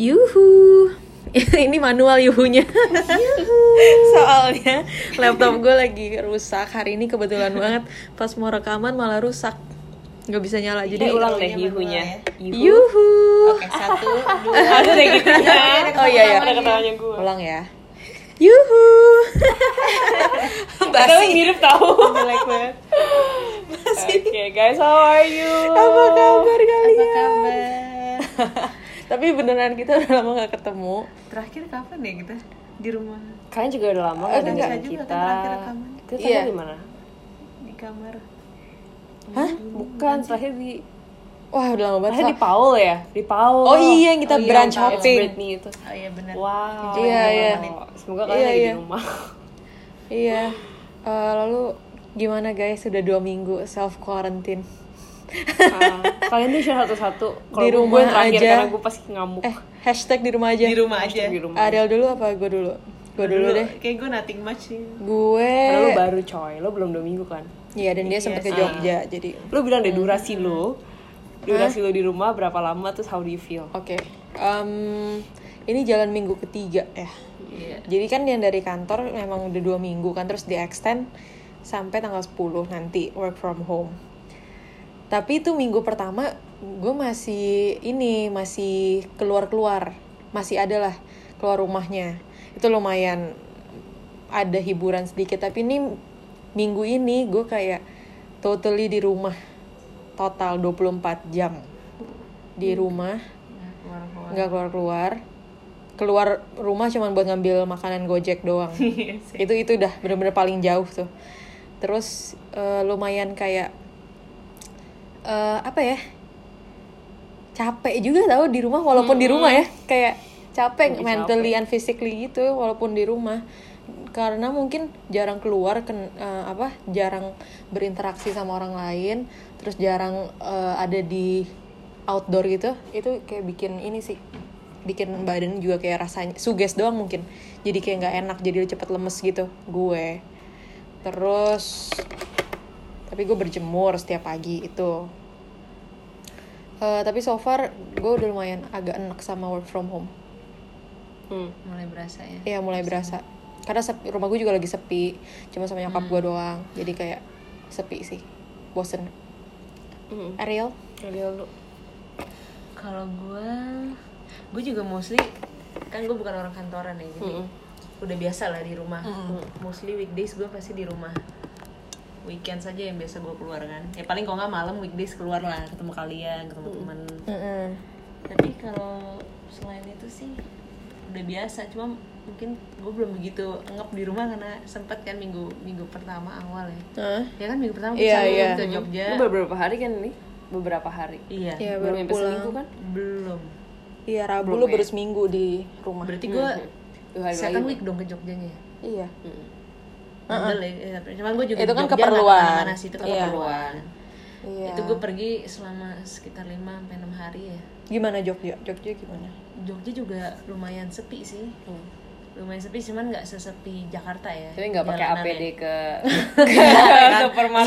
Yuhu. Ini manual yuhunya. Soalnya laptop gue lagi rusak. Hari ini kebetulan banget pas mau rekaman malah rusak. Gak bisa nyala. Jadi Jadi Iya, ulang deh manual ya. yuhunya. Yuhu. Yuhu. Oke, satu, dua. Harus kayak gitu. Oh Iya. iya ya. Ada ketawanya gue. Ulang ya. Yuhu. Tapi iya. mirip tau. Jelek banget. Oke guys, how are you? Apa kabar Apa kalian? kabar? Tapi beneran kita udah lama gak ketemu. Terakhir kapan ya kita di rumah Kalian juga udah lama Eh, gak enggak dengerin juga kan kita. terakhir rekaman. Kita Iya. terakhir di mana? di kamar? Hah? Bukan, terakhir di Wah udah lama banget. terakhir di Sa. Paul ya, di Paul. Oh iya yang kita Oh iya, branch yang It's hopping. Britney itu. Oh iya benar. Wow. Iya, iya. Semoga kalian Iya, lagi iya. di rumah. Iya. Eh, lalu gimana guys? Sudah dua minggu self quarantine. Ah, kalian tuh share satu-satu. Kalau Di gue- rumah gue terakhir aja. karena gue pas ngamuk. Eh hashtag di rumah aja. Di rumah aja. di rumah. Adel dulu apa gue dulu? Gue dulu deh. Kayak gue nothing much sih. Gue. Karena lu baru coy, lu belum dua minggu kan? Iya dan dia sempet ke Jogja jadi. Lu bilang deh durasi lu Durasi lu di rumah berapa lama terus how do you feel? Oke. Em, ini jalan minggu ketiga ya. Iya. Jadi kan yang dari kantor memang udah dua minggu kan terus di extend sampai tanggal 10 nanti work from home. Tapi itu minggu pertama gue masih ini masih keluar-keluar, masih ada lah keluar rumahnya. Itu lumayan ada hiburan sedikit tapi ini minggu ini gue kayak totally di rumah total 24 jam di rumah Nah, keluar-keluar. nggak keluar keluar keluar rumah cuman buat ngambil makanan gojek doang Iya sih. itu itu udah bener-bener paling jauh tuh terus eh, lumayan kayak eh, apa ya capek juga tau di rumah walaupun di rumah ya kayak capek Lebih mentally and physically gitu walaupun di rumah karena mungkin jarang keluar ken, eh, apa jarang berinteraksi sama orang lain terus jarang eh, ada di outdoor gitu itu kayak bikin ini sih bikin badan juga kayak rasanya suges doang mungkin jadi kayak nggak enak jadi cepet lemes gitu gue terus tapi gue berjemur setiap pagi itu Eh, tapi so far gue udah lumayan agak enak sama work from home Hmm. Mulai berasa ya. Iya mulai berasa karena sepi- rumah gue juga lagi sepi cuma sama nyokap gue doang jadi kayak sepi sih bosen Hmm. Ariel Kalian lu Kalau gue, gue juga mostly kan gue bukan orang kantoran ya jadi Mm-mm. udah biasa lah di rumah. Mostly weekdays gue pasti di rumah. Weekend saja yang biasa gue keluar kan. Ya paling kalau nggak malam weekdays keluar lah ketemu kalian, ketemu teman. Mm-mm. Tapi kalau selain itu sih udah biasa. Cuma mungkin gue belum begitu ngep di rumah karena sempet kan minggu minggu pertama awal ya. Hah? Ya kan minggu pertama Iya, kita iya. ke Jogja. Lu beberapa hari kan ini? Beberapa hari Iya. Iya Baru baru nyampe pulang seminggu kan? Belum. iya Rabu lu baru seminggu di rumah Hmm, Berarti gue Dua hari second lagi week dong ke Jogjanya ya. iya Mm. Bandel ya, ya, tapi- cuman gue juga Itu kan di Jogja nggak keperluan. kemana-mana sih, itu kan Iya. keperluan. iya Itu gue pergi selama sekitar 5 sampai 6 hari ya. gimana Jogja Jogja gimana Jogja juga lumayan sepi sih. Hmm. Lumayan sepi cuman nggak sesepi Jakarta ya. Tapi nggak pakai Jalanan APD ya. ke Supermarket,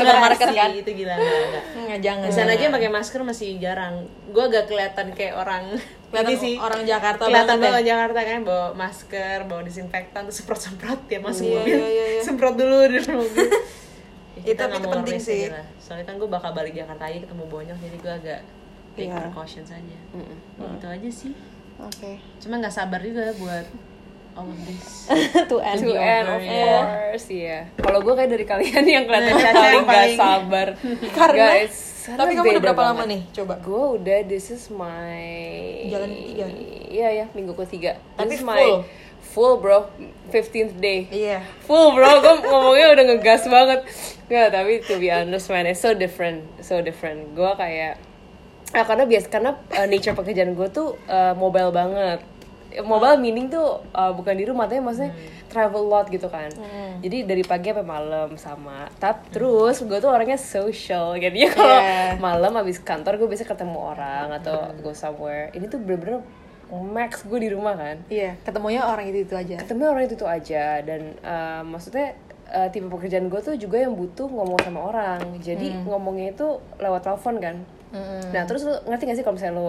Iya. Supermarket sih, kan? Itu gila nggak, nggak. nggak jangan Di sana aja pakai masker masih jarang. Gue agak kelihatan kayak orang Kelihatan ini sih. orang Jakarta kelihatan banget banget orang Jakarta kan bawa masker, bawa disinfektan, terus semprot-semprot ya masuk Iya, mobil. iya, iya, iya. Semprot dulu di dalam mobil. Ya, Itu- kita nggak itu mau penting ngeles ya, sih. Dila. Soalnya kan gue bakal balik Jakarta aja ketemu bonyok, jadi gue agak take Iya. precaution saja. Ya, Gitu aja sih. oke Cuma nggak sabar juga buat all of this. to end to end of course ya. Kalau gue kayak dari kalian yang kelihatannya Caca paling yang gak paling- sabar. Karena- Guys, karena tapi kamu udah beda berapa lama banget. nih coba Gue udah this is my Jalan ketiga. Iya ya, minggu ketiga. Tapi This is full. full bro, 15th day. iya Full bro, gue ngomongnya udah ngegas banget Nggak, tapi to be honest man, it's so different So different, gue kayak ah, Karena bias, karena uh, nature pekerjaan gue tuh uh, mobile banget Mobile meaning tuh uh, bukan di rumah, tapi maksudnya travel lot gitu kan Jadi dari pagi sampai malam sama Tapi terus gue tuh orangnya social Jadinya kalau Yeah. malam habis kantor gue biasa ketemu orang atau go somewhere Ini tuh bener-bener max gue di rumah kan iya ketemunya orang itu itu aja ketemu Iya, orang itu tuh aja dan eh, maksudnya eh, tipe pekerjaan gue tuh juga yang butuh ngomong sama Hmm. orang jadi ngomongnya itu lewat telepon kan nah terus lu ngerti gak sih kalau misalnya lu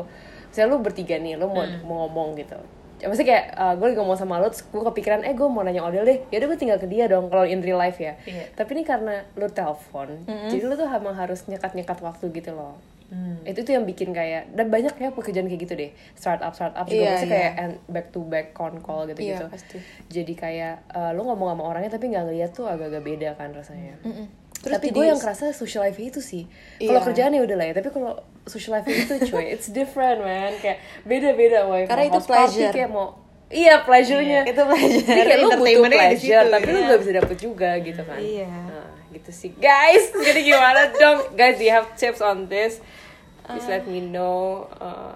misalnya lu bertiga nih lu mau, Hmm. mau ngomong gitu Ya, maksudnya kayak eh, gue lagi ngomong sama lo terus gue kepikiran eh gue mau nanya Odel deh ya udah gue tinggal ke dia dong kalau in real life ya Iya. tapi ini karena lu telepon Hmm. jadi lu tuh emang harus nyekat nyekat waktu gitu loh Hmm. itu tuh yang bikin kayak dan banyak ya pekerjaan kayak gitu deh startup startup juga Iya, maksudnya iya. kayak and back to back con call gitu gitu Iya, pasti. jadi kayak eh, lu ngomong sama orangnya tapi nggak ngeliat tuh agak-agak beda kan rasanya Mm-mm. tapi jadi- gue yang kerasa social life itu sih kalau Iya. kerjaan ya udah lah ya tapi kalau social life itu cuy it's different man kayak beda beda woi Karena Mau itu house party pleasure. kayak mau iya pleasure-nya Iya, itu pleasure. Jadi kayak lu butuh Entertainment-nya di pleasure situ, tapi lu iya. gak bisa dapet juga gitu kan Iya. Nah, gitu sih guys jadi gimana dong guys do you have tips on this please let me know uh,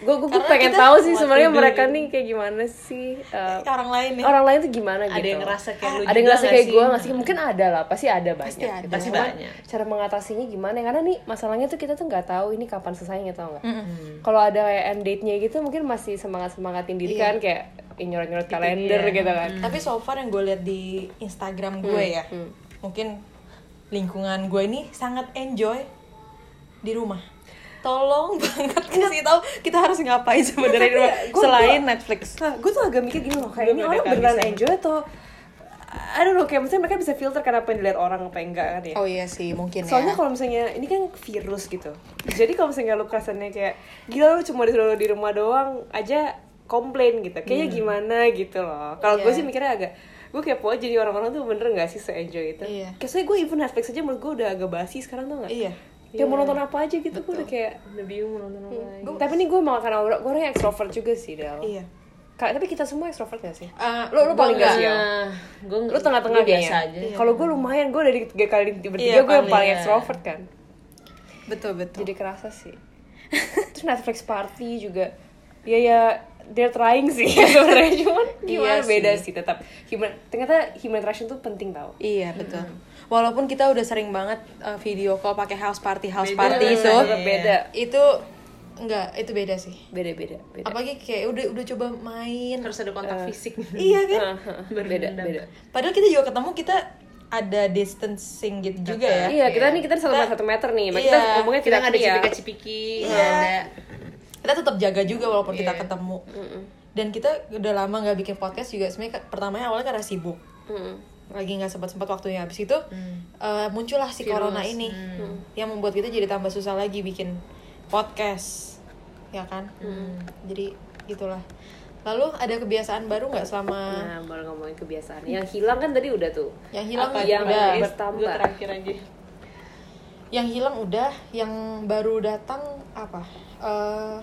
gue gue pengen kita- tahu sih What sebenarnya to do ya. mereka nih kayak gimana sih uh, orang lain nih orang lain tuh gimana gitu Ada yang ngerasa kayak ada yang lu juga ngerasa nggak kayak sih? gue nggak sih mungkin ada lah pasti ada banyak Pasti ada. gitu. Pasti Cuman banyak. cara mengatasinya gimana karena nih masalahnya tuh kita tuh nggak tahu ini kapan selesainya tau nggak kalau ada kayak end date nya gitu mungkin masih semangat semangatin Iya. diri kan kayak nyorot nyorot kalender gitu kan tapi so far yang gue lihat di Instagram gue ya mungkin lingkungan gue ini sangat enjoy di rumah tolong banget kasih tahu kita harus ngapain sebenarnya di rumah selain Netflix gue Nah, tuh agak mikir gini loh kayak ini Belum ada orang beneran enjoy atau I don't know kayak misalnya mereka bisa filter karena apa yang dilihat orang apa yang enggak kan ya oh iya sih mungkin ya Soalnya kalau misalnya ini kan virus gitu. Jadi kalau misalnya lu kerasannya kayak gila lu cuma disuruh di rumah doang aja komplain gitu. Kayaknya gimana gitu loh. Kalau gue Hmm. Iya. sih mikirnya agak gue kepo aja jadi orang-orang tuh bener gak sih se-enjoy itu? Iya. Kayak soalnya gue even Netflix aja menurut gue udah agak basi sekarang tuh gak? Iya. Kayak mau nonton apa aja gitu gue udah kayak Hmm, Udah bingung nonton apa lagi. Tapi ini gue malah karena orang- gue orangnya extrovert juga sih Del iya Ka- Tapi kita semua extrovert gak sih? Eh, lu lu Gua apa enggak enggak sih. gue Hmm, Lu tengah-tengah biasa kayaknya. aja. Kalau gue lumayan, gue dari tiga kali bertiga Iya, gue yang paling, paling iya. extrovert kan betul betul jadi kerasa sih terus Netflix party juga ya ya they're trying sih sebenarnya cuman gimana Iya sih. beda sih tetap human ternyata human interaction tuh penting tau Iya betul. Walaupun kita udah sering banget uh, video call pakai house party house Beda party lah, itu, tetap beda itu enggak itu beda sih. beda beda beda Apalagi kayak udah udah coba main. Harus ada kontak fisik. Iya kan? beda beda Padahal kita juga ketemu kita ada distancing gitu juga ya. iya kita nih kita satu meter satu meter nih makanya kita Iya. ngomongnya Kita tidak nggak ada ya cipika-cipiki, nggak ada. Kita tetap jaga juga walaupun kita Iya. ketemu. Dan kita udah lama nggak bikin podcast juga sebenarnya ke- pertamanya awalnya karena sibuk. Mm. lagi nggak sempat sempat waktunya habis itu Hmm. eh, muncullah si corona ini yang membuat kita jadi tambah susah lagi bikin podcast ya kan Hmm. jadi gitulah lalu ada kebiasaan baru nggak selama nah baru ngomongin kebiasaan yang hilang kan tadi udah tuh yang hilang Apa yang yang ya, udah Ah, iya, baru? bertambah. Iya. Gua terakhir aja. yang hilang udah yang baru datang apa Eh,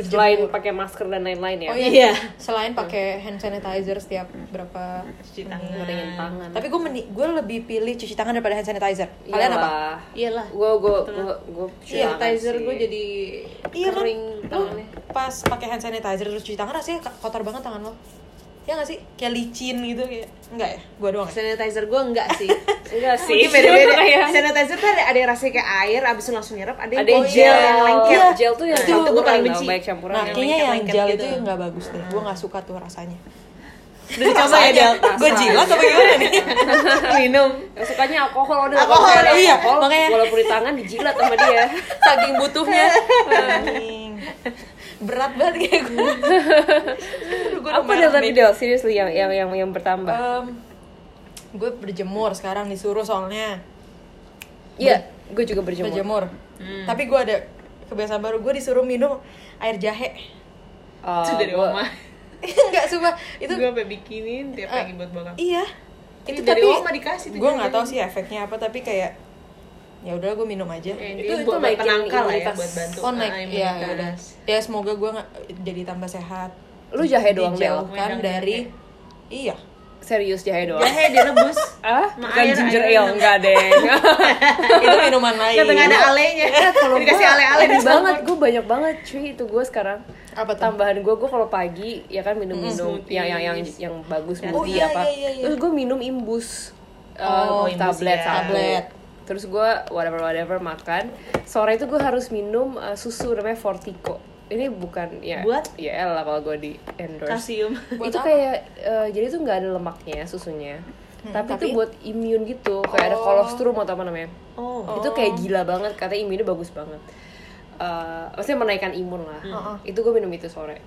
selain pakai masker dan lain-lain ya oh iya, selain pakai hand sanitizer setiap berapa Cuci tangan. Ngeringin tangan tapi gue gue lebih pilih cuci tangan daripada hand sanitizer Iya kalian apa Iyalah. gue gue gue gue Iya, Sanitizer gue jadi Iya kan? kering Lu tangannya. pas pakai hand sanitizer terus cuci tangan rasanya ka- kotor banget tangan lo. Ya gak sih? Kayak licin gitu kayak. Enggak ya? Gua doang ya? Oh, sanitizer gue enggak sih. enggak sih ya. Mungkin beda-beda. Kayak- Sanitizer tuh ada, ada yang rasanya kayak air, abis itu langsung nyerap. Ada yang, ada yang oh, gel iya, yang lengket. Iya, gel tuh yang Nah, itu gue paling benci. baik campuran Nah, yang kayaknya yang lengket-lengket gel gitu. itu nggak bagus deh. Gua nggak suka tuh rasanya. Udah dicoba ya, Del? Gua jilat apa gimana nih? Minum. yang sukanya alkohol udah Alkohol, kalau ada iya, alkohol, makanya. walaupun di tangan dijilat sama dia Saking butuhnya. Anjing. Berat banget kayak gue. apa dari tadi Del seriously yang yang yang yang Uh, bertambah gue berjemur sekarang disuruh soalnya. iya gue juga berjemur Berjemur. Tapi gue ada kebiasaan baru. Gue disuruh minum air jahe. Eh, Itu dari gua- oma. Enggak, sumpah. Itu Gue sampai bikinin tiap pagi buat bokap. Iya. Itu dari oma dikasih tuh Gue nggak jahe. tahu sih efeknya apa tapi kayak ya udah gue minum aja. Ya, Itu- itu itu buat buat naikin penangkal lah ya, imunitas. buat bantu. Oh Ah, naik ya imunitas. udah. Ya semoga gue nggak jadi tambah sehat. lu jahe doang Del Dijauhkan Wedang dari iya. serius jahe doang Jahe direbus. ah Ma, bukan air, ginger air. ale enggak deh itu minuman lain. Kata nggak ada alenya. Dikasih ale-ale di Lebih sana. banget gue banyak banget cuy itu gue sekarang Apa tuh? tambahan gue gue kalau pagi ya kan minum minum Smoothies. yang yang yang yang bagus Oh, smoothie iya, apa iya, iya, iya. terus gue minum imbus eh, Oh, imbus, tablet iya. satu. Tablet. terus gue whatever whatever makan sore itu gue harus minum eh, susu namanya Fortico ini bukan ya Buat? ya lah kalau gue di endorse Kasium. Buat itu apa? kayak eh, jadi tuh nggak ada lemaknya susunya tapi, tapi- itu buat imun gitu kayak ada kolostrum atau apa namanya Oh. itu kayak gila banget katanya imunnya bagus banget eh, maksudnya menaikkan imun lah Heeh. itu gue minum itu sore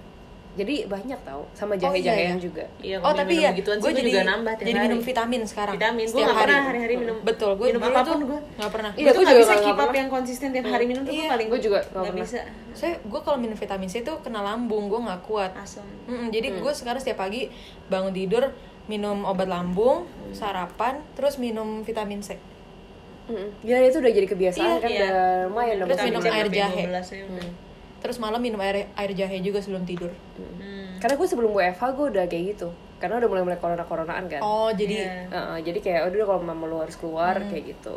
jadi banyak tau sama Oh, jahe iya, iya. jahean juga Iya, oh tapi ya, gituan gue jadi juga nambah tiap jadi hari. minum vitamin sekarang. Vitamin. Gue Setiap nggak pernah hari-hari minum. Betul, gue Minum dulu apapun tuh gue. nggak pernah. Iya, Iya, gue gua nggak juga bisa nggak keep up pernah. yang konsisten tiap hari minum tuh Iya, gue paling gue juga nggak nggak pernah. bisa Saya gue kalau minum vitamin C itu kena lambung, gue nggak kuat. asam. Mm-mm, jadi Mm. gue sekarang setiap pagi bangun tidur minum obat lambung, Mm. sarapan, terus minum vitamin C. Mm-mm. ya itu udah jadi kebiasaan Iya, kan iya. udah lumayan dong Terus sama minum jahe. air jahe. 12 ya udah. Terus malam minum air air jahe juga sebelum tidur. Hmm. karena gue sebelum gue Eva gue udah kayak gitu karena udah mulai mulai corona coronaan kan Oh, jadi Iya. Heeh, jadi kayak "Oh, udah kalau mama lu harus keluar kayak gitu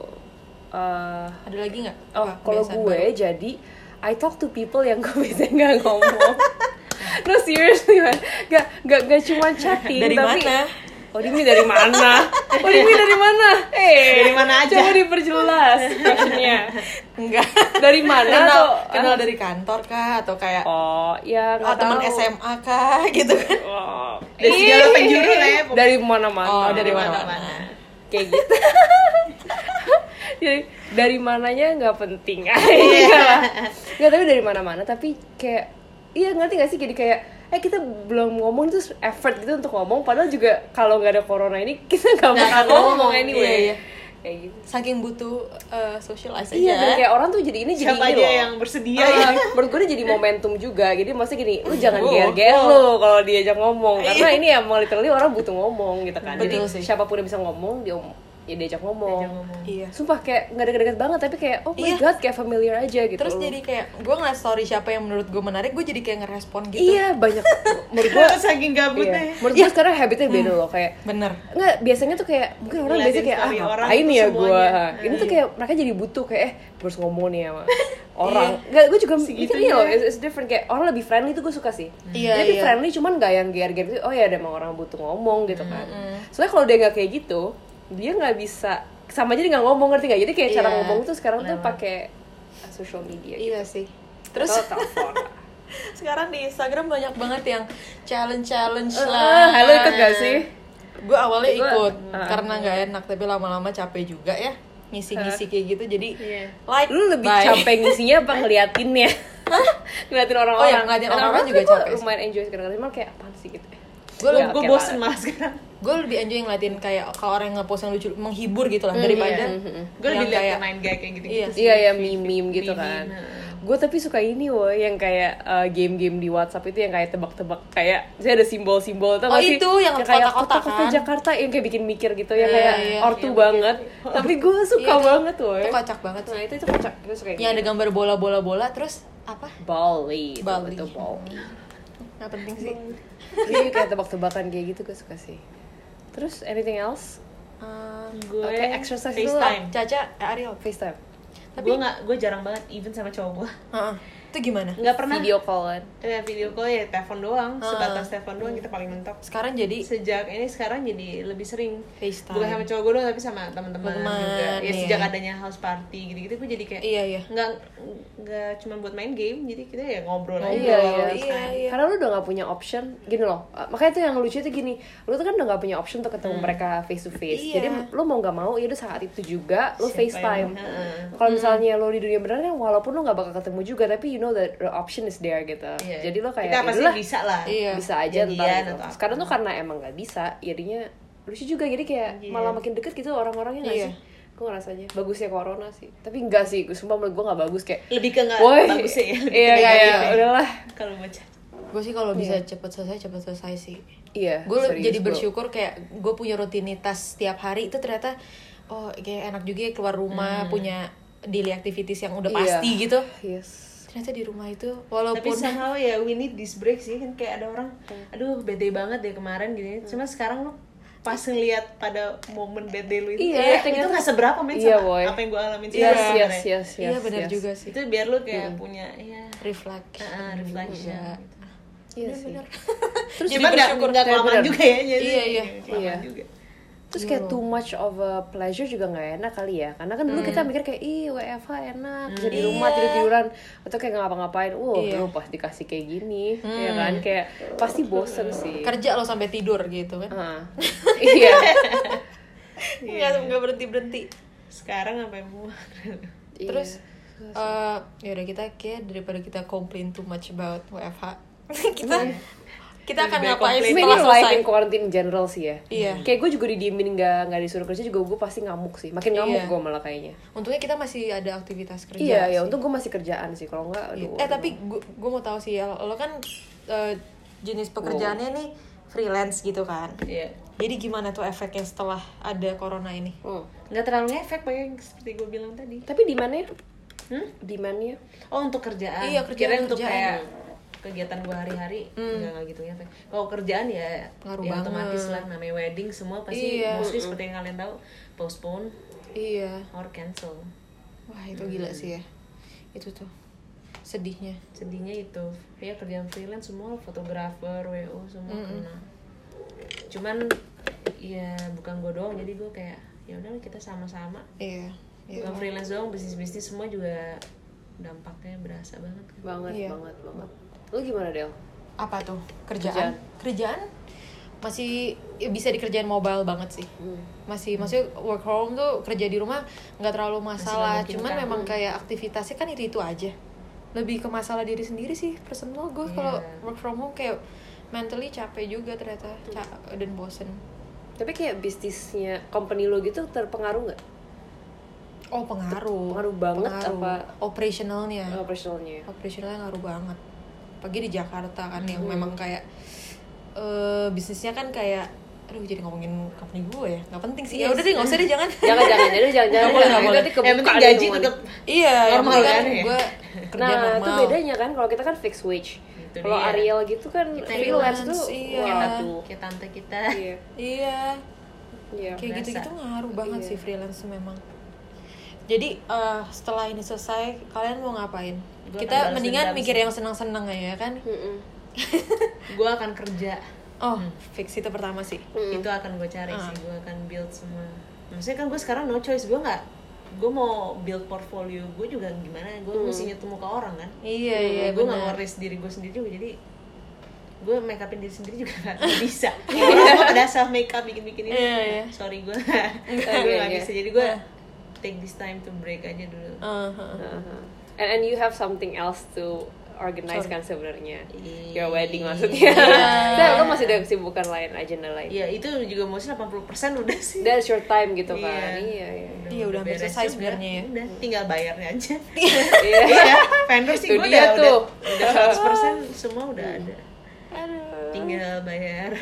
Eh, ada lagi nggak? Oh, Apa kalau kebiasaan gue baru? jadi I talk to people yang gue biasanya nggak ngomong. no seriously man, gak gak gak cuma chatting. Dari tapi, mana? Oh, ini dari mana? Oh, ini dari mana? Eh, Dari mana aja? Coba diperjelas maksudnya. enggak Dari mana kenal atau Ah. kenal dari kantor kah atau kayak Oh, ya oh, nggak teman tahu. SMA kah gitu kan? Oh. Dari segala Ih, penjuru lah ya, pokoknya. Dari mana-mana. Oh, dari mana-mana. mana-mana. Kayak gitu. Jadi dari mananya nggak penting. Enggak lah. Nggak, tapi dari mana-mana tapi kayak iya ngerti gak sih jadi kayak eh kita belum ngomong terus effort gitu untuk ngomong padahal juga kalau nggak ada corona ini kita nggak bakal ngomong Iya, anyway. iya. Kayak gitu. Saking butuh eh, socialize aja. Iya, dan kayak orang tuh jadi ini jadi Siapa ini aja loh. yang bersedia Iya, ya? menurut gue ini jadi momentum juga. Jadi maksudnya gini, lu jangan Oh, geer-geer lu kalau diajak ngomong. Karena ini ya mau literally orang butuh ngomong gitu kan. Betul jadi sih. siapapun yang bisa ngomong, dia ya diajak ngomong. Iya. Ya, Sumpah kayak nggak deket-deket banget tapi kayak oh my Iya. god kayak familiar aja gitu. Terus jadi kayak gue ngeliat story siapa yang menurut gue menarik, gue jadi kayak ngerespon gitu. Iya, banyak menurut gue Terus saking iya. gabutnya ya. Menurut gue sekarang habitnya beda loh kayak Bener. Nggak, biasanya tuh kayak mungkin orang Ngeliatin biasanya kayak ah story orang ngapain tuh ya gue semuanya. ini tuh kayak mereka jadi butuh kayak eh gue harus ngomong nih sama orang nggak gue juga mikir Segitunya. nih loh it's, it's different kayak orang lebih friendly tuh gue suka sih Iya, Dia lebih iya. friendly cuman nggak yang gear gear gitu oh ya ada emang orang butuh ngomong gitu kan soalnya kalau dia nggak kayak gitu dia nggak bisa sama jadi nggak ngomong ngerti nggak jadi kayak cara Iya. ngomong tuh sekarang tuh pakai uh, social media gitu. Iya sih. Terus Atau telepon sekarang di Instagram banyak banget yang challenge challenge Ah, lah. halo ikut gak sih Gue awalnya Gua- ikut Ah. karena nggak enak, tapi lama-lama capek juga ya Eh. ngisi-ngisi kayak gitu. Jadi Iya. like lu lebih bye. capek ngisinya apa ngeliatinnya ngeliatin Nah, orang-orang Oh iya, ngeliatin Karena orang-orang juga tuh gua capek sih. lumayan enjoy sekarang cuman kayak apaan sih gitu Gue Iya, Gue oke bosen lah. malah sekarang. Iya. gue lebih enjoy ngeliatin kayak kalau orang yang ngepost yang lucu ngehibur gitu lah daripada iya, mm, mm. Gue yang lebih liat kayak main gaya kayak gitu. Iya. iya ya meme meme gitu kan nah. heeh. gue tapi suka ini woy yang kayak uh, game-game di WhatsApp itu yang kayak tebak-tebak kayak saya ada simbol-simbol tuh Oh, itu yang kotak-kotak kayak kota-kota kan? Jakarta yang kayak bikin mikir gitu yang Iya, kayak iya, ortu banget tapi gue suka Iya, itu- banget woy itu kocak Iya, banget sih. nah itu itu kocak gue suka gitu. Yang ada gambar bola-bola bola terus apa? Bali, itu- Bali. itu Bali. Nggak penting sih. Iya. Jadi kayak tebak-tebakan kayak gitu gue suka sih. Terus anything else? Eh, Gue Oke, exercise dulu. FaceTime. Caca, eh, Ariel. FaceTime. Tapi- Gue nggak, gue jarang banget even sama cowok gue. Heeh. Itu gimana? Nggak pernah. Video Ah. callan. Eh, video call ya telepon doang, sebatas telepon doang kita paling mentok. Sekarang Iya. jadi Sejak ini sekarang jadi lebih sering FaceTime. bukan sama cowok gue doang tapi sama teman-teman Teman, juga. Ya iya. sejak adanya house party gitu-gitu gue jadi kayak Iya, iya. nggak nggak cuma buat main game jadi kita ya ngobrol aja. Iya, iya. iya, iya. Karena lu udah gak punya option, gini loh. eh, Makanya tuh yang lucu itu gini, lu tuh kan udah gak punya option untuk Hmm. ketemu mereka face to face. Iya. Jadi lu mau gak mau, ya udah saat itu juga lu Siapa FaceTime. yang- Hmm. Heeh. Kalau misalnya lu di dunia beneran kan walaupun lu gak bakal ketemu juga, tapi you know that the option is there gitu. Iya. Jadi lu kayak kita ya pasti udahlah, bisa lah. Iya. bisa aja ntar Jadian gitu. atau apa. Sekarang tuh karena emang gak bisa, jadinya lucu juga jadi kayak Iya. malah makin deket gitu orang-orangnya gak Iya. sih? Gue ngerasanya bagusnya corona sih, tapi enggak sih, gue sumpah menurut gue gak bagus kayak Lebih ke nggak Woi, bagus ya. lebih ke iya nggak kayak bagus ya. udahlah. Kalau baca. gue sih kalau bisa cepet selesai cepet selesai sih. Iya. Gue serius, jadi bro. bersyukur kayak gue punya rutinitas setiap hari itu ternyata oh kayak enak juga ya keluar rumah punya daily activities yang udah Hmm. Iya. pasti gitu. Yes. Ternyata di rumah itu Tapi walaupun somehow ya we need this break sih kan kayak ada orang Iya. aduh bete banget deh kemarin gini. Cuma sekarang lu pas ngeliat pada momen bad day lu itu Iya, kayak, itu ternyata- nggak seberapa Iya, men Hmm. sama boy. apa yang gue alamin Yes, yes, sekarang yes, sebenarnya. yes. iya benar yes. juga sih. itu biar lu kayak punya ya Reflection. ah, reflection gitu. Iya sih. Terus Cuma jadi nggak bersyukur. nggak kelamaan bener. juga ya jadi Iya, iya. kelamaan Iya. juga Terus kayak too much of a pleasure juga nggak enak kali ya. Karena kan dulu kita mikir kayak ih WFH enak, bisa di rumah tidur tiduran atau kayak nggak ngapa-ngapain. Wow, Iya. dulu pasti kasih kayak gini, ya kan? Kayak pasti bosen sih. Kerja lo sampai tidur gitu kan. Ah. iya. Enggak berhenti-berhenti. sekarang sampai muak Iya. Terus Eh, ya udah kita kayak daripada kita complain too much about WFH kita Iya. kita akan Lebih baik ngapain Tapi setelah ini life selesai in quarantine in general sih ya Iya. Kayak gue juga didiemin gak, nggak disuruh kerja juga gue pasti ngamuk sih Makin ngamuk Iya. gue malah kayaknya untungnya kita masih ada aktivitas kerja Iya, ya sih. untuk gue masih kerjaan sih Kalau nggak, aduh eh tapi gue mau tahu sih ya lo kan eh, jenis pekerjaannya nih freelance gitu kan Iya. jadi gimana tuh efeknya setelah ada corona ini Hmm. Nggak terlalu ngefek kayak seperti gue bilang tadi. Tapi demand-nya? Hmm? Demand-nya? Oh untuk kerjaan. Iya, kerjaan, Kirain untuk kerjaan. kayak kegiatan gue hari-hari nggak nggak gitu ngefek. Kalau kerjaan ya, Ngaruh ya banget. otomatis lah namanya wedding semua pasti Iya. mostly seperti yang kalian tahu postpone iya or cancel. wah itu gila sih ya itu tuh sedihnya Sedihnya itu. Ya kerjaan freelance semua fotografer, WO semua kena. Cuman ya bukan gue doang jadi gue kayak ya udah kita sama-sama iya Bukan freelance doang, bisnis-bisnis semua juga dampaknya berasa banget. kan. Banget, Iya. banget, banget Lu gimana Del? apa tuh kerjaan kerjaan, masih ya bisa dikerjain mobile banget sih Hmm. masih maksudnya work from home tuh kerja di rumah nggak terlalu masalah memungkinkan. cuman memang kayak aktivitasnya kan itu itu aja lebih ke masalah diri sendiri sih personal gue kalau Iya. work from home kayak mentally capek juga ternyata Ca- dan bosen Tapi kayak bisnisnya, company lo gitu terpengaruh nggak? oh pengaruh Pengaruh Oh. banget apa? operationalnya Eh, Operationalnya operationalnya ngaruh banget pagi di Jakarta kan yang memang kayak eh bisnisnya kan kayak aduh jadi ngomongin company gue ya nggak penting sih ya udah deh nggak usah deh jangan Jangan, jangan, jadi jangan, jangan, boleh, nggak jangan, boleh. nanti Yang penting kebuka nih Eh, gaji semua tetap nih. iya yang Normal penting kan kan ya? gue kerja Nah, normal itu bedanya kan, kalau kita kan fixed wage Itu Kalau dia. Ariel gitu kan freelance freelance, tuh, iya. waduh kayak tante kita. Iya, iya iya kayak berasa. gitu-gitu ngaruh banget Iya. sih freelance memang jadi eh, setelah ini selesai kalian mau ngapain Gua akan kita balas mendingan dendam mikir sih. yang senang-senang aja ya kan Mm-mm. Gue akan kerja. oh Hmm. fix itu pertama sih Itu akan gue cari sih. Gue akan build semua. Maksudnya kan gue sekarang no choice. Gue nggak. Gue mau build portfolio gue juga gimana. Gue mesti nyetuh muka orang kan. iya iya gue nggak benar mau risk diri gue sendiri juga. Jadi gue make upin diri sendiri juga nggak bisa. Iya. Orang mau pada self make up bikin bikin ini. Iya, iya. Sorry gue. gue Iya, nggak bisa. Jadi gue Nah. take this time to break aja dulu. Eh, eh, eh. Uh-huh. And, and you have something else to organize kan sebenarnya your Iya. wedding maksudnya Nah, lo masih ada kesibukan lain agenda lain Iya itu juga mostly 80% udah sih. that's your time gitu kan Iya. iya iya Iya, udah hampir beres selesai juga. sebenarnya ya. Udah, tinggal bayarnya aja. Iya. Iya, vendor sih Itu gue dia udah, tuh. Hmm. udah, udah 100% semua udah ada. Tinggal bayar.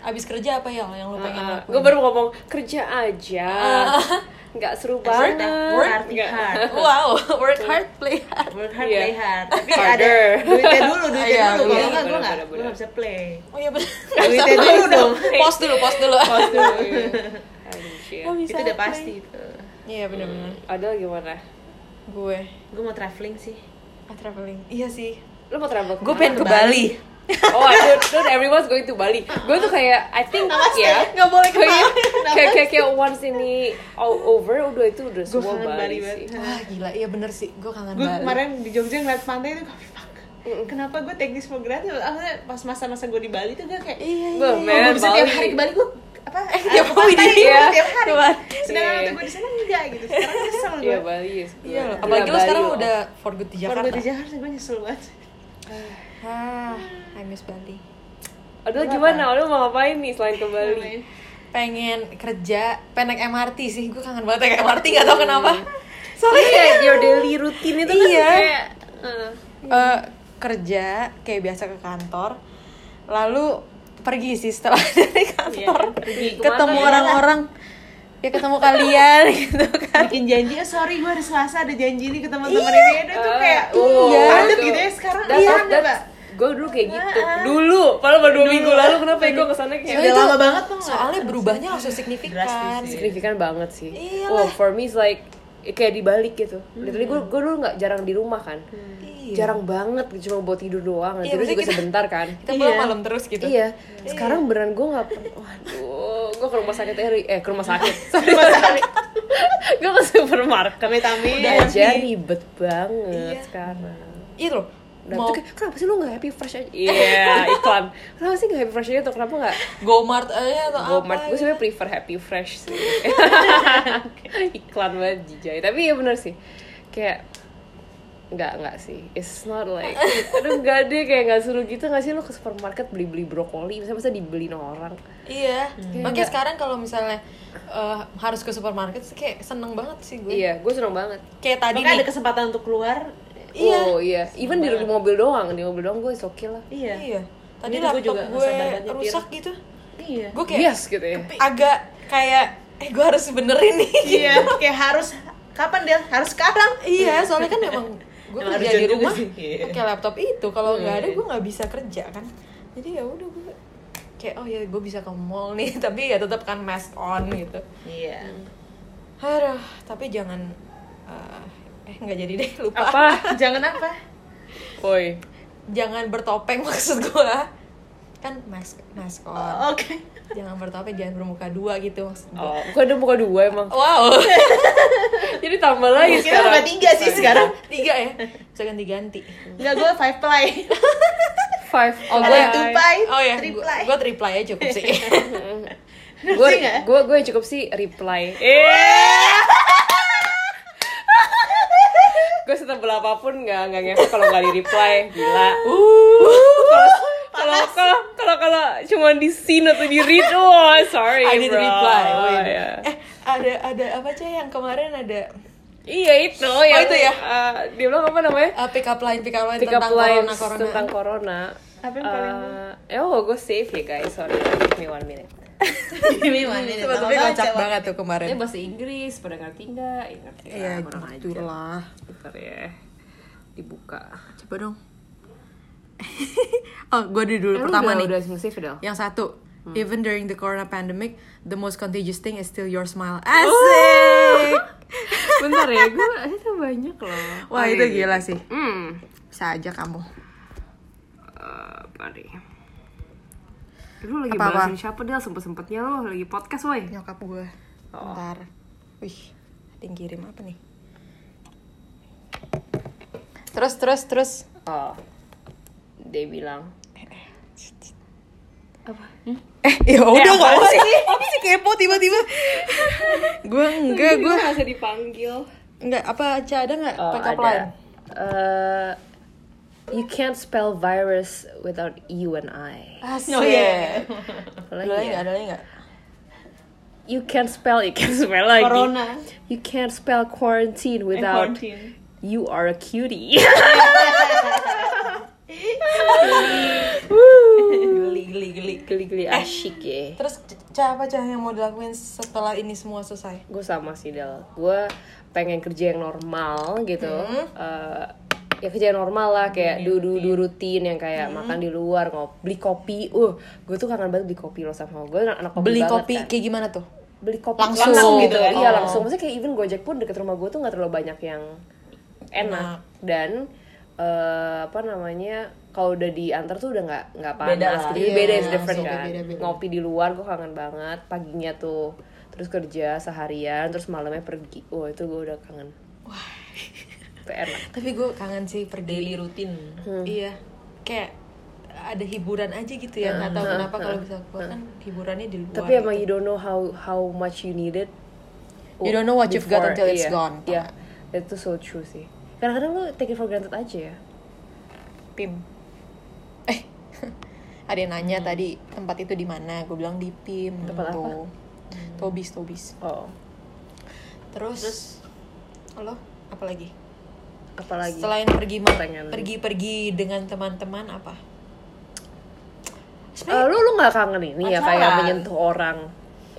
abis kerja apa ya yang lo Ah, pengen Uh, lakuin? Ah. gue baru ngomong kerja aja nggak seru banget Uh. Work hard, work hard. wow work hard play hard Work hard, Iya. play hard. Tapi ada Harder. duitnya dulu, duitnya Iya, dulu. Kalau iya, enggak, gue benar, nggak benar, gue nggak bisa play. oh iya benar Duitnya dulu dong. pause dulu pause dulu iya. Anjir. Nggak bisa iya. Itu udah play. pasti itu. iya benar-benar Adel gimana gue Gue mau traveling sih. ah, traveling iya sih lo mau travel gue kemana? pengen ke Bali oh dude, dude everyone's going to Bali gue tuh kayak I think ya nggak boleh Oh, ke iya? kayak Bali kayak kayak kayak once ini all over udah itu udah Gue semua kangen Bali Bali, sih banget. wah gila iya bener sih gue kangen gue Bali kemarin di Jogja ngeliat pantai itu gue fuck kenapa gue teknis for granted Akhirnya pas masa-masa gue di Bali tuh gue kayak Iya, "Gua Bro, man, nggak bisa tiap Bali. hari ke Bali gue apa eh, tiap pantai, hari, gua iya. tiap hari Cuman, sedangkan iya. waktu gue di sana enggak gitu sekarang nyesel gue Iya Bali is good. iya loh. Gila, apalagi lo Bali sekarang loh. udah for good di Kalau gue di Jakarta Jakarta gue nyesel banget ah I miss Bali Aduh gimana? Aduh mau ngapain nih selain ke Bali? Main. pengen kerja pengen naik MRT sih gue kangen banget naik MRT nggak tau kenapa sorry Iya, your daily routine itu kan Iya. kayak eh, Eh, kerja kayak biasa ke kantor lalu pergi sih setelah dari kantor Iya, pergi. ketemu Kemana? orang-orang ya ketemu kalian gitu kan bikin janji "Eh, sorry gue hari Selasa ada janji nih ke teman-teman ini Aduh, itu kayak eh, oh, iya. Iya. padat tuh. gitu ya sekarang That's- iya that's- Mbak. Gue dulu kayak gitu. Dulu, padahal baru dua minggu lalu kenapa ya gue kesana kayak Soalnya udah itu- lama banget tuh soalnya berubahnya langsung signifikan Drastis iya. sih. signifikan banget sih. Iyalah. Wow, for me is like eh, kayak dibalik gitu. Literally gue gue dulu nggak jarang di rumah kan. Iya. Jarang banget cuma buat tidur doang. Iya, tidur maksudnya juga kita- sebentar kan. kita pulang malam terus gitu Iya. Sekarang beneran gue nggak per- Waduh, gue ke rumah sakit Eri. Eh, ke rumah sakit. Sorry, sorry. gue ke supermarket. Iya kami tami Udah aja ribet banget Iya. sekarang. iya loh Dan mau tuh kayak, kenapa sih lu gak happy fresh aja? Iya, iklan. Kenapa sih gak happy fresh aja atau kenapa gak Gomart aja atau apa ya? Gomart? Gue sebenernya prefer happy fresh sih. iklan banget jijai. Tapi ya bener sih. iya, Kayak Enggak, enggak sih. It's not like Aduh enggak deh kayak enggak seru gitu Enggak sih lo ke supermarket beli-beli brokoli Misalnya masa dibeliin orang Iya, makanya sekarang kalau misalnya eh, harus ke supermarket sih kayak seneng banget sih gue. Iya, gue seneng banget Kayak tadi Makanya nih. ada kesempatan untuk keluar Iya. Oh iya, even di mobil doang Di mobil doang gue is okay lah iya Iya. Tadi Jadi gue laptop juga gue ngesabar banget nyetir. rusak gitu. iya Gue kayak Bias gitu ya agak kayak eh gue harus benerin nih. iya gitu. kayak harus kapan dia harus sekarang iya, soalnya kan memang gue Emang kerja urgent di juga rumah sih. Iya. pakai laptop itu. Kalau nggak ada gue nggak bisa kerja kan. Jadi ya udah gue kayak oh ya gue bisa ke mall nih tapi ya tetap kan mask on gitu. iya Aduh, tapi jangan eh, eh nggak jadi deh lupa. Apa? jangan apa Woi Jangan bertopeng maksud gue. Kan mask mask on. Oh, oke Jangan bertopeng, jangan bermuka dua gitu maksud gue. Oh, gue udah muka dua emang Wow. Jadi tambah lagi kita sekarang nomor tiga sih sekarang tiga ya bisa ganti ganti Enggak, gue five ply Five Oh, iya. Ada gue yang two ply oh ya three gue ply gue reply aja cukup sih gue Ngerti nggak? gue gue cukup sih reply eh gue setebel apapun nggak nggak ngefek kalau nggak di reply gila Uh. kalau kalau kalau kalau cuma di scene atau di read oh sorry I did bro. reply wait. Iya. eh ada ada apa aja yang kemarin ada iya itu ya itu ya? dia bilang apa namanya uh, pick up line pick up line pick up tentang corona lines corona Eh, tentang corona Apa yang paling Eh, oh gue save ya guys sorry give me one minute ini mana ini Coba, tapi kocak banget tuh kemarin Dia bahasa Inggris, pada ngerti nggak? Ya, ngerti Iya, lah, Eh, kurang gitu ajar. lah. Bentar ya, dibuka. coba dong oh gue dulu Eh, lu pertama udah, nih Udah save udah. yang satu even during the corona pandemic the most contagious thing is still your smile asik Bentar ya, gue itu banyak loh. wah itu gila sih Hmm, bisa aja kamu Eh, mari. Lu lagi Apa-apa? balasin siapa Del? Sempet-sempetnya lo lagi podcast woy nyokap gue ntar Oh. wih ada yang kirim apa nih terus terus terus Oh, dia bilang apa? eh ya udah nggak apa apa sih apa sih kepo tiba-tiba gue enggak gue nggak dipanggil. enggak apa aja ada nggak Oh, pick up ada. line Eh, you can't spell virus without you and I. Asik. Oh, iya. Apa Ada lagi lagi ya? nggak ada lagi nggak You can't spell, you can't spell lagi. Corona. You can't spell quarantine without quarantine. you are a cutie. geli geli geli Geli-geli asyik ya. terus cah apa cah yang mau dilakuin setelah ini semua selesai Gue sama sih Del. Gue pengen kerja yang normal gitu. Hmm. Eh, ya kerja yang normal lah Iya, kayak du du du rutin yang kayak Hmm. makan di luar ngop beli kopi uh gue tuh kangen banget beli kopi loh sama gue anak, anak kopi beli banget, kopi kan. kayak gimana tuh beli kopi Langsung. langsung, gitu gitu kan? iya Oh. langsung maksudnya kayak even gojek pun deket rumah gue tuh nggak terlalu banyak yang enak dan eh, apa namanya kalau udah diantar tuh udah nggak nggak panas Beda lah. gitu Iya, beda is different langsung. kan Beda, beda. ngopi di luar gue kangen banget paginya tuh terus kerja seharian terus malamnya pergi wah itu gue udah kangen wah enak tapi gue kangen sih pergi daily rutin Iya, kayak ada hiburan aja gitu ya. Nggak tahu kenapa kalau bisa keluar kan hiburannya di luar. tapi emang you don't know how how much you need it gitu. You don't know what you've got oh, before. until it's Iya, gone. iya itu so true sih kadang-kadang lu take it for granted aja ya Pim. Eh, ada yang nanya tadi tempat itu di mana? Gue bilang di Pim. Tempat gitu. apa? Tobis, Tobis. oh Terus, lo apa lagi? apalagi Selain pergi ma- Pertanyaan lu. pergi-pergi dengan teman-teman apa? Eh, lu lu nggak kangen ini ya kayak Pacaran. menyentuh orang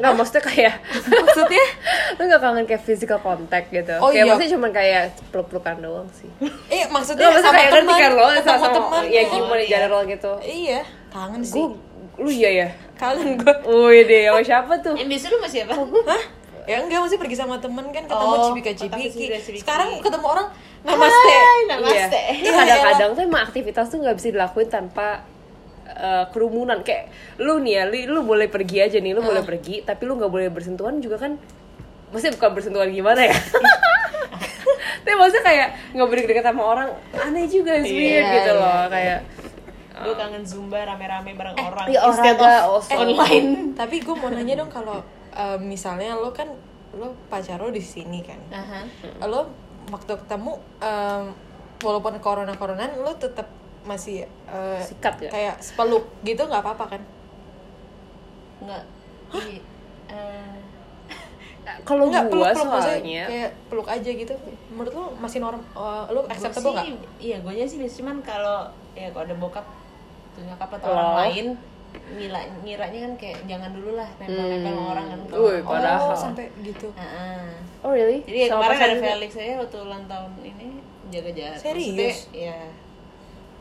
nggak maksudnya kayak Maksudnya? lu nggak kangen kayak physical contact gitu Oh, kayak iya. maksudnya cuman kayak peluk-pelukan doang sih Eh, lu maksudnya maksudnya sama kayak ngerti teman, kan lo sama, ketemu teman. ya kan? gimana general gitu Iya, kangen sih. gue lu iya ya Kangen gue. Wih deh, sama siapa tuh? yang biasa lu masih apa Hah? Ya enggak masih pergi sama temen kan ketemu Oh, cibika cibiki. ketemu cibika-cibiki. Sekarang ketemu orang namaste. Hai, namaste Iya. Kadang-kadang tuh emang aktivitas tuh nggak bisa dilakuin tanpa eh, kerumunan. Kayak lu nih ya, li- lu boleh pergi aja nih, lu boleh pergi, tapi lu nggak boleh bersentuhan juga kan? Maksudnya bukan bersentuhan gimana ya? tapi maksudnya kayak nggak boleh deket sama orang aneh juga, it's Iya, weird gitu iya, loh, kayak gue kangen zumba rame-rame bareng Oh. Eh, orang iya, instead olahraga of also. online Tapi gue mau nanya dong kalau eh, misalnya lo kan lo pacar lo di sini kan. Lo waktu ketemu em, walaupun corona coronan lu tetap masih eh, Sikat ya? kayak sepeluk gitu nggak apa-apa kan Enggak. Iya. Eh, Kalau nggak peluk gua peluk maksudnya soalnya kayak peluk aja gitu menurut lu masih norm eh, lu gua acceptable sih- nggak Iya, gue sih biasa cuman kalau ya kalau ada bokap tuh nyokap atau Oh. orang lain ngira ngiranya kan kayak jangan dulu lah nempel-nempel sama orang kan. kalau- Wih, oh padahal. sampai gitu Heeh. Oh really? Jadi ya, Sama kemarin pacar ada juga? Felix saya waktu ulang tahun ini jaga jarak. Serius? Maksudnya, Iya.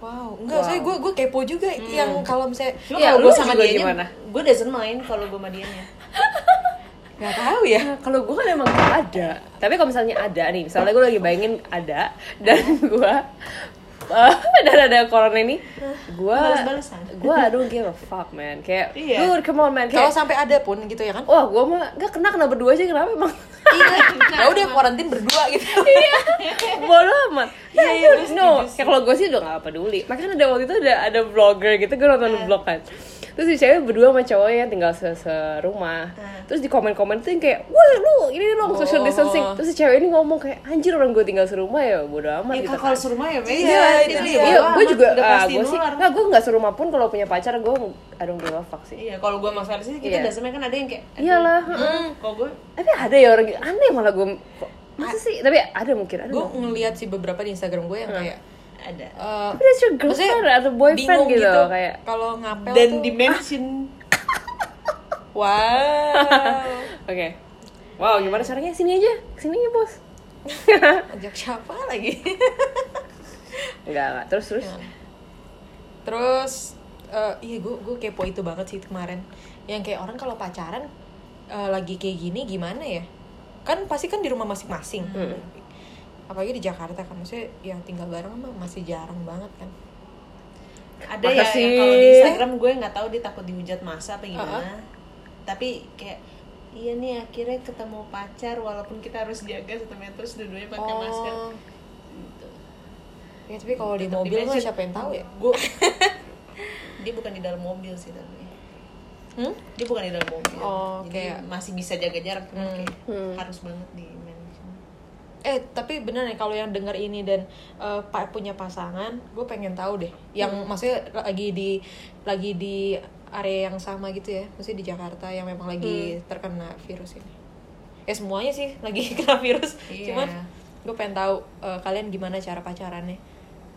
wow enggak saya gue gue kepo juga yang kalau misalnya ya, Cuma Iya, kalau Hmm. lu gue sama juga dia gimana? gimana? Gue doesn't mind kalau gue sama dianya. nggak tahu ya Nah, kalau gue kan emang gak ada. Tapi kalau misalnya ada nih, misalnya gue lagi bayangin ada dan gue eh, dan ada corona ini, gue Balas-balasan. gue I don't give a fuck man. Kayak, Iya. dude come on man. kalau Kayak, sampai ada pun gitu ya kan wah gue mah gak kena kena berdua aja kenapa emang? iya ya udah karantin berdua gitu Iya. Bodoh amat. Nah, Iya, dude, no. Kayak kalau gue sih udah gak peduli. Makanya ada waktu itu ada ada vlogger gitu, gue nonton Iya. vlog kan. Terus si cewek berdua sama cowoknya tinggal se serumah. Iya. Terus di komen-komen tuh yang kayak, "Wah, lu ini dong Oh. social distancing." Terus si cewek ini ngomong kayak, "Anjir, orang gue tinggal serumah ya, bodo amat." Ya gitu kalau serumah ya beda. Iya, Jadi itu. bodo Iya, gue amat, juga, udah ah, pasti gue sih, nular. kan. nggak gue nggak serumah pun kalau punya pacar gue, I don't give a fuck sih. Iya, kalau gue masalah sih kita Iya. dasarnya kan ada yang kayak aduh, Hmm. Iyalah, Nah. Kalau gue tapi ada ya orang gitu. aneh malah gue, masa sih? Tapi ada mungkin, ada. gue ngeliat sih beberapa di Instagram gue Hmm. yang kayak ada. eh, Tapi that's your maksudnya girlfriend atau bingung boyfriend gitu, kayak. kalau ngapel Dan tuh ah. dimension wow Oke. Wow, gimana caranya? Sini aja, sini aja bos. ajak siapa lagi Enggak, enggak. Terus terus. terus eh, iya gue gue kepo itu banget sih kemarin yang kayak orang kalau pacaran eh, lagi kayak gini gimana ya kan pasti kan di rumah masing-masing Hmm. apalagi di Jakarta kan maksudnya yang tinggal bareng mah masih jarang banget kan ada Masa ya yang kalau di sih? Instagram gue nggak tahu dia takut dihujat masa apa gimana. Tapi kayak iya nih akhirnya ketemu pacar walaupun kita harus jaga satu meter terus dua-duanya pakai masker. Gitu. Oh. ya tapi kalau di mobil mah dimension. siapa yang tahu ya Gue dia bukan di dalam mobil sih tapi Hmm? dia bukan di dalam mobil. Oh, Jadi kayak- Hmm. masih bisa jaga jarak cuman kayak harus banget di mention. Eh tapi bener nih kalau yang denger ini dan eh, pa- punya pasangan, gue pengen tahu deh. Yang maksudnya lagi di lagi di area yang sama gitu ya, maksudnya di Jakarta yang memang lagi terkena virus ini. Ya semuanya sih lagi kena virus. Iya. Cuman gue pengen tahu eh, kalian gimana cara pacarannya.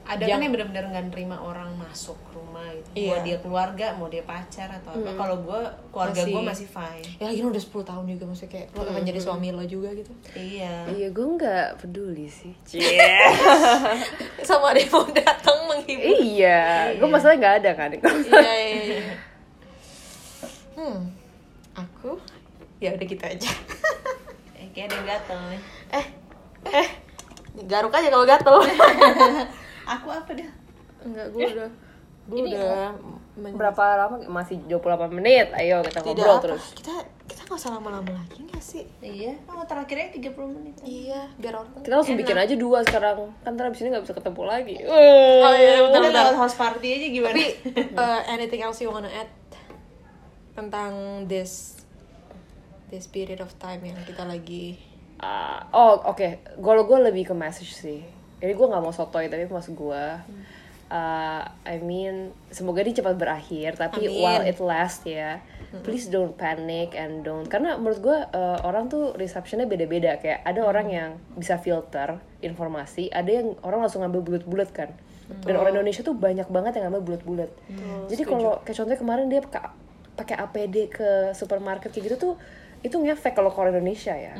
ada Jang- kan yang benar-benar nggak nerima orang masuk rumah gitu. mau Iya. dia keluarga mau dia pacar atau apa kalau gue keluarga Masih- gue masih fine Ya lagi udah 10 tahun juga maksudnya kayak lo akan jadi suami lo juga gitu. iya Iya, gue nggak peduli sih. Sama ada yang mau datang menghibur. iya, gue masalah nggak ada kan. Iya iya iya. Hmm. Aku ya udah gitu aja. Eh, kayak ada yang gatel nih eh eh garuk aja kalau gatel Eh, aku apa dah enggak gue udah gue udah men- Berapa lama? Masih 28 menit. Ayo kita tidak ngobrol apa. terus. kita kita nggak usah lama-lama lagi nggak sih iya oh, terakhirnya 30 menit ya. iya biar orang Kita langsung bikin aja dua sekarang. Kan ntar abis ini nggak bisa ketemu lagi. Oh, iya, udah bentar, bentar. lewat house party aja gimana tapi uh, anything else you wanna add tentang this this period of time yang kita lagi Ah, oh oke, kalau gue lebih ke message sih. Jadi gue nggak mau sotoy tapi maksud gue, ah, I mean semoga ini cepat berakhir tapi Amin. while it lasts ya, please don't panic and don't karena menurut gue eh, orang tuh receptionnya beda-beda kayak ada orang yang bisa filter informasi, ada yang orang langsung ngambil bulat-bulat kan. Dan orang Indonesia tuh banyak banget yang ngambil bulat-bulat. Jadi kalau kayak contohnya kemarin dia ka- pakai APD ke supermarket kayak gitu tuh itu ngefek kalau ke orang Indonesia ya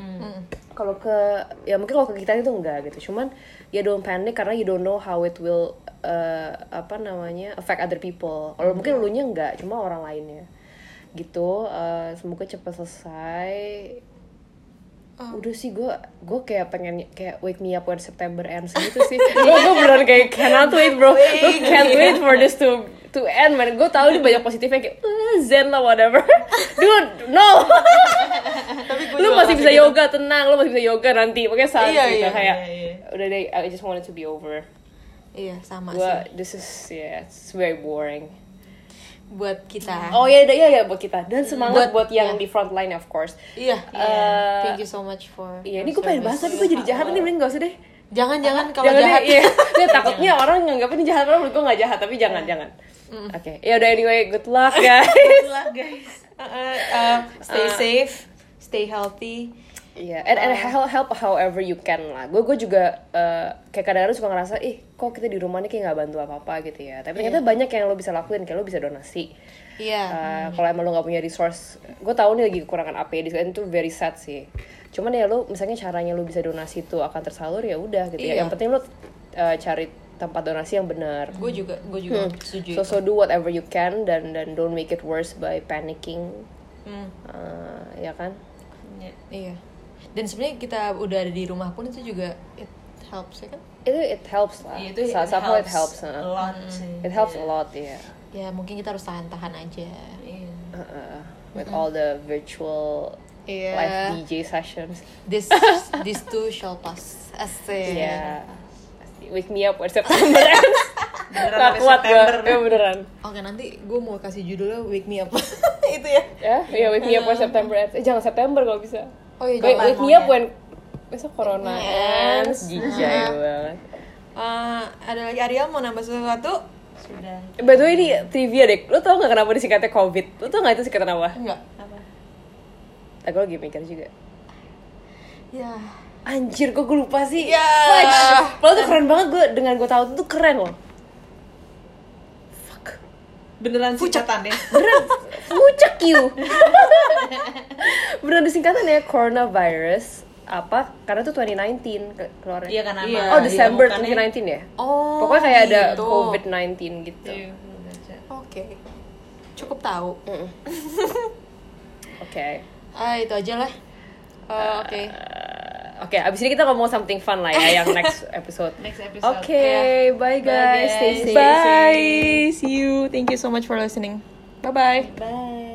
kalau ke ya mungkin kalau ke kita itu enggak gitu cuman ya don't panic karena you don't know how it will uh, apa namanya affect other people kalau mungkin lu nya enggak cuma orang lainnya gitu uh, semoga cepat selesai udah sih gue gue kayak pengen kayak wake me up when September ends gitu sih gue gue beneran kayak cannot wait bro gue can't wait for this to to end man gue tahu ini banyak positifnya kayak "Eh, zen lah whatever dude no lu masih bisa yoga tenang lu masih bisa yoga nanti pokoknya saat gitu. Iya, gitu iya, kayak iya, iya. udah deh I just want it to be over iya sama gua sih this is yeah it's very boring buat kita oh ya ya ya buat kita dan semangat buat, Ah. Buat- yang iya. di front line of course iya Eh, thank you so much for Iya, your ini gue pengen bahas service. tapi gue jadi jahat nih, mending gak usah deh. Jangan-jangan kalau jahat. iya. Nggak, takutnya orang nganggap ini jahat padahal menurut gue nggak jahat tapi Iya. jangan jangan oke ya udah anyway good luck guys lah guys Uh, uh, uh, stay safe, stay healthy. Iya, and, and Oh. help, help however you can lah. Gue gue juga eh, kayak kadang-kadang suka ngerasa, ih kok kita di rumah nih kayak nggak bantu apa-apa gitu ya. Tapi Iya. ternyata banyak yang lo bisa lakuin, kayak lo bisa donasi. Eh, Iya. Kalau emang lo nggak punya resource, gue tahu nih lagi kekurangan APD, dan itu very sad sih. Cuman ya lo, misalnya caranya lo bisa donasi itu akan tersalur ya udah gitu Iya. ya. Yang penting lo eh, cari tempat donasi yang benar. Gue juga, gue juga setuju. So so do whatever you can dan dan don't make it worse by panicking, Hmm, Eh, ya kan? iya. Dan sebenarnya kita udah ada di rumah pun itu juga it helps ya kan? Itu it helps lah. Iya, itu it Sa- somehow it helps. helps eh. a lot sih. It helps a lot, yeah. Ya mungkin kita harus tahan-tahan aja. Iya. Uh, with Mm-hmm. all the virtual Iya. live DJ sessions. This this too shall pass. Asik. Yeah. Pasti. Wake me up when September ends. Gak Beneran sampai kuat gue. September. Ya beneran. Oke nanti gue mau kasih judulnya Wake Me Up itu ya. Ya, ya wake me up when September ends. Eh, jangan September kalau bisa. Oh iya, Wake, jangan. wake me up when besok corona Iya. ends. Ends. Jijai banget. Eh, ada lagi Ariel mau nambah sesuatu? sudah By the way ini trivia deh. Lo tau gak kenapa disingkatnya COVID? Lo tau gak itu singkatan apa? Enggak. apa Aku lagi mikir juga. Ya. Anjir, kok gue lupa sih? Iya. Ya. Fudge. Lo tuh keren banget gue dengan gue tahu itu tuh keren loh. beneran singkatan ya Beneran, pucek you. Beneran ada singkatan ya, coronavirus apa? Karena tuh 2019 ke- keluarnya. iya kan Iya. Oh, Desember 2019 ya? Oh. Pokoknya kayak ada gitu. COVID-19 gitu. Iya. Oke. Cukup tahu. Mm-mm. Oke. Ah itu aja lah. Eh, Oke. Eh, Oke, abis ini kita ngomong something fun lah ya yang next episode. next episode Oke, bye guys. Stay guys. safe. Bye. See you. Thank you so much for listening. Bye bye. bye